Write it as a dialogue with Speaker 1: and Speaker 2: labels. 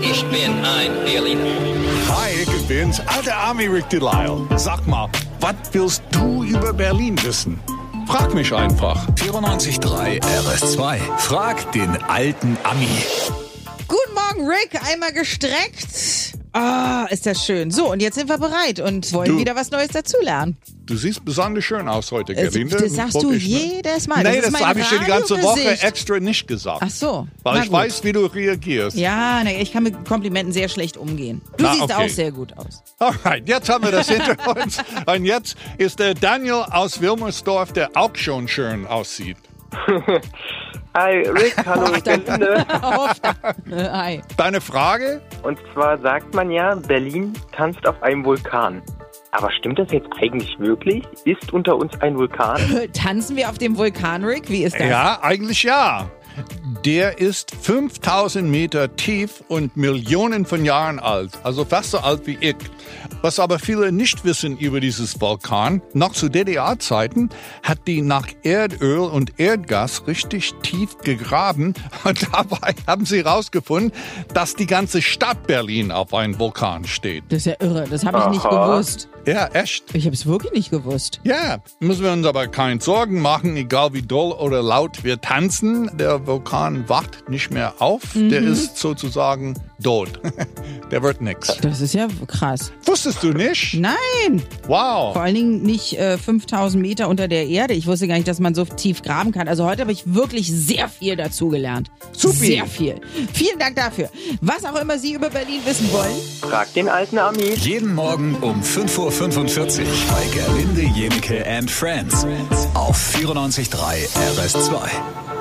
Speaker 1: Ich bin ein Berliner.
Speaker 2: Hi, ich bin's, alter Ami Rick Delisle. Sag mal, was willst du über Berlin wissen? Frag mich einfach. 94.3 RS2. Frag den alten Ami.
Speaker 3: Guten Morgen, Rick. Einmal gestreckt. Ah, ist das schön. So, und jetzt sind wir bereit und wollen
Speaker 2: Du.
Speaker 3: wieder was Neues dazulernen.
Speaker 2: Du siehst besonders schön aus heute,
Speaker 3: Das,
Speaker 2: Gerlinde.
Speaker 3: Äh, das sagst du
Speaker 2: Wirklich, ne?
Speaker 3: jedes Mal.
Speaker 2: Nee,
Speaker 3: das,
Speaker 2: das,
Speaker 3: ist mein
Speaker 2: habe ich dir die ganze Woche
Speaker 3: Radiogesicht.
Speaker 2: extra nicht gesagt.
Speaker 3: Ach so.
Speaker 2: Weil
Speaker 3: Na
Speaker 2: ich
Speaker 3: gut.
Speaker 2: weiß, wie du reagierst.
Speaker 3: Ja, nee, ich kann mit Komplimenten sehr schlecht umgehen. Du
Speaker 2: Na,
Speaker 3: siehst
Speaker 2: okay.
Speaker 3: auch sehr gut aus.
Speaker 2: Alright, jetzt haben wir das hinter uns. Und jetzt ist der Daniel aus Wilmersdorf, der auch schon schön aussieht.
Speaker 4: Hi Rick, hallo Gerlinde.
Speaker 3: Auf- Äh, Hi.
Speaker 2: Deine Frage?
Speaker 4: Und zwar sagt man ja, Berlin tanzt auf einem Vulkan. Aber stimmt das jetzt eigentlich wirklich? Ist unter uns ein Vulkan?
Speaker 3: Tanzen wir auf dem Vulkan, Rick? Wie ist das?
Speaker 2: Ja, eigentlich ja. Der ist 5000 Meter tief und Millionen von Jahren alt, also fast so alt wie ich. Was aber viele nicht wissen über dieses Vulkan, noch zu DDR-Zeiten hat die nach Erdöl und Erdgas richtig tief gegraben und dabei haben sie herausgefunden, dass die ganze Stadt Berlin auf einem Vulkan steht.
Speaker 3: Das ist ja irre. Das habe ich nicht
Speaker 4: Aha.
Speaker 3: gewusst.
Speaker 2: Ja, echt.
Speaker 3: Ich habe es wirklich nicht gewusst.
Speaker 2: Ja, müssen wir uns aber keine Sorgen machen, egal wie doll oder laut wir tanzen. Der Vulkan wacht nicht mehr auf, der ist sozusagen tot. der wird nix.
Speaker 3: Das ist ja krass.
Speaker 2: Wusstest du nicht?
Speaker 3: Nein, vor
Speaker 2: Wow.
Speaker 3: allen Dingen nicht äh, 5000 Meter unter der Erde. Ich wusste gar nicht, dass man so tief graben kann. Also heute habe ich wirklich sehr viel dazu gelernt.
Speaker 2: Supi.
Speaker 3: Sehr viel. Vielen Dank dafür. Was auch immer Sie über Berlin wissen wollen.
Speaker 4: Frag den alten Ami.
Speaker 5: Jeden Morgen um 5.45 Uhr bei Gerlinde Jemke and Friends auf 94.3 RS2.